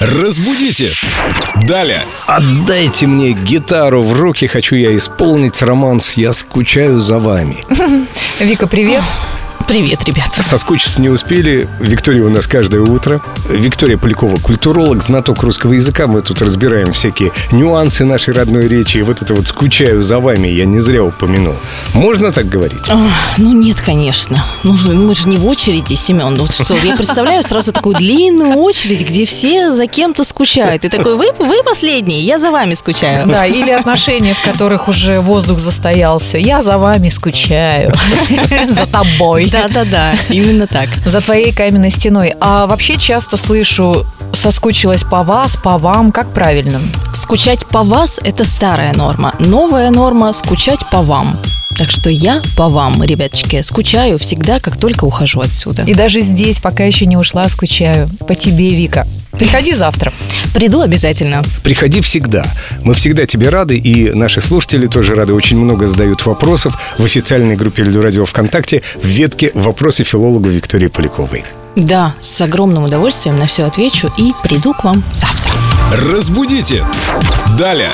Разбудите! Далее! Отдайте мне гитару в руки, хочу я исполнить романс, я скучаю за вами. Вика, привет. Привет, ребята. Соскучиться не успели. Виктория у нас каждое утро. Виктория Полякова, культуролог, знаток русского языка. Мы тут разбираем всякие нюансы нашей родной речи. И вот это вот «скучаю за вами» я не зря упомянул. Можно так говорить? Ах, ну нет, конечно. Ну ж- мы же не в очереди, Семен. Ну что, я представляю сразу такую длинную очередь, где все за кем-то скучают. И такой, вы, вы последний, я за вами скучаю. Да, или отношения, в которых уже воздух застоялся. Я за вами скучаю. За тобой. Да-да-да, именно так. За твоей каменной стеной. А вообще часто слышу соскучилась по вас, по вам, как правильно? Скучать по вас – это старая норма. Новая норма – скучать по вам. Так что я по вам, ребяточки, скучаю всегда, как только ухожу отсюда. И даже здесь, пока еще не ушла, скучаю. По тебе, Вика. Приходи завтра. Приду обязательно. Приходи всегда. Мы всегда тебе рады, и наши слушатели тоже рады. Очень много задают вопросов в официальной группе Льду Радио ВКонтакте в ветке «Вопросы филологу Виктории Поляковой». Да, с огромным удовольствием на все отвечу и приду к вам завтра. Разбудите! Далее!